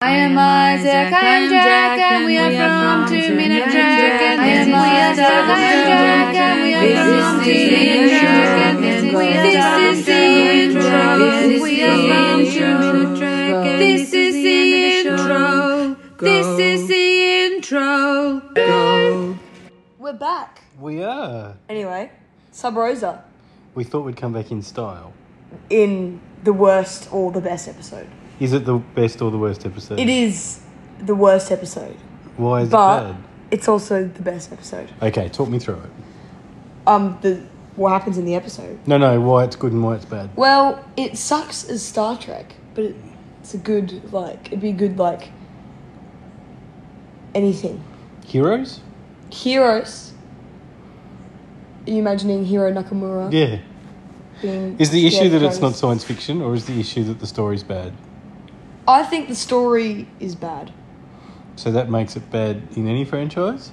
I am Isaac, I am Jack, and we are from Two Minute Jack, and this is Isaac, I am Jack, and we are from Two Minute Jack, and this is this is the intro, we are from Two Minute Jack, and this is the intro, this is the intro. We're back. We are. Anyway, Sub Rosa We thought we'd come back in style. in the worst or the best episode. Is it the best or the worst episode? It is the worst episode, Why is but it it's also the best episode. bad? Okay, talk me through it. Um, the what happens in the episode? No, no, why it's good and why it's bad. Well, it sucks as Star Trek, but it, it's a good like it'd be good like anything. Heroes? Heroes. Are you imagining Hero Nakamura? Yeah. Being Is the issue scared that of it's not ghosts? science fiction or is the issue that the story's bad? I think the story is bad. So that makes it bad in any franchise?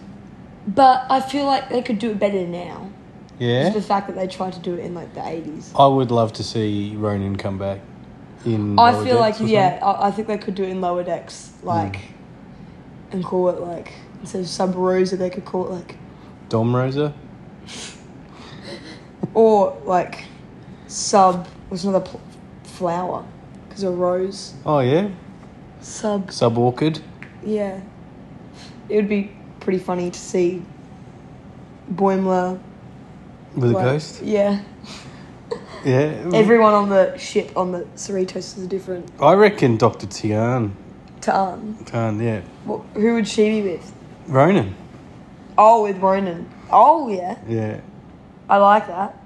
But I feel like they could do it better now. Just Yeah. the fact that they tried to do it in like the eighties. I would love to see Ronan come back in I Lower feel like Decks or yeah, something. Hmm. I, I think they could do it in lower decks, like, and call it like instead of sub rosa, they could call it like Dom Rosa? or like sub was another pl- flower because a rose Oh yeah. sub Sub Orchid? yeah. It would be pretty funny to see Boimler With like, a ghost? Hmm. Yeah, Yeah. everyone on the ship on the Cerritos is different. I reckon Dr. Tian. Tan, Tian, yeah. what, who would she be with? Ronan. Oh, with Ronan. Oh, yeah. Yeah. I like that.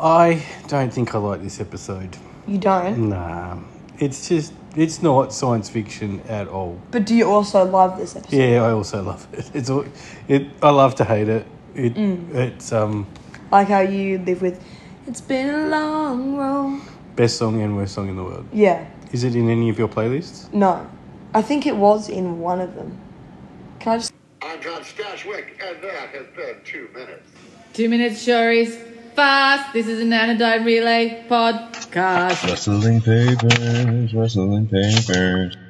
I don't think I like this episode. You Mm. don't. Nah, it's just it's not science fiction at all. But do you also love this episode? Yeah, I also love it. It's all, it. I love to hate it. It it's um Like how you live with, it's been a long road. best song and worst song in the world. Yeah. Is it in any of your playlists? No. I think it was in one of them. Can I just. I'm John Stashwick, and that has been two minutes. Two Minute Sure is fast, this is an anodyne relay podcast. Rustling papers, rustling papers.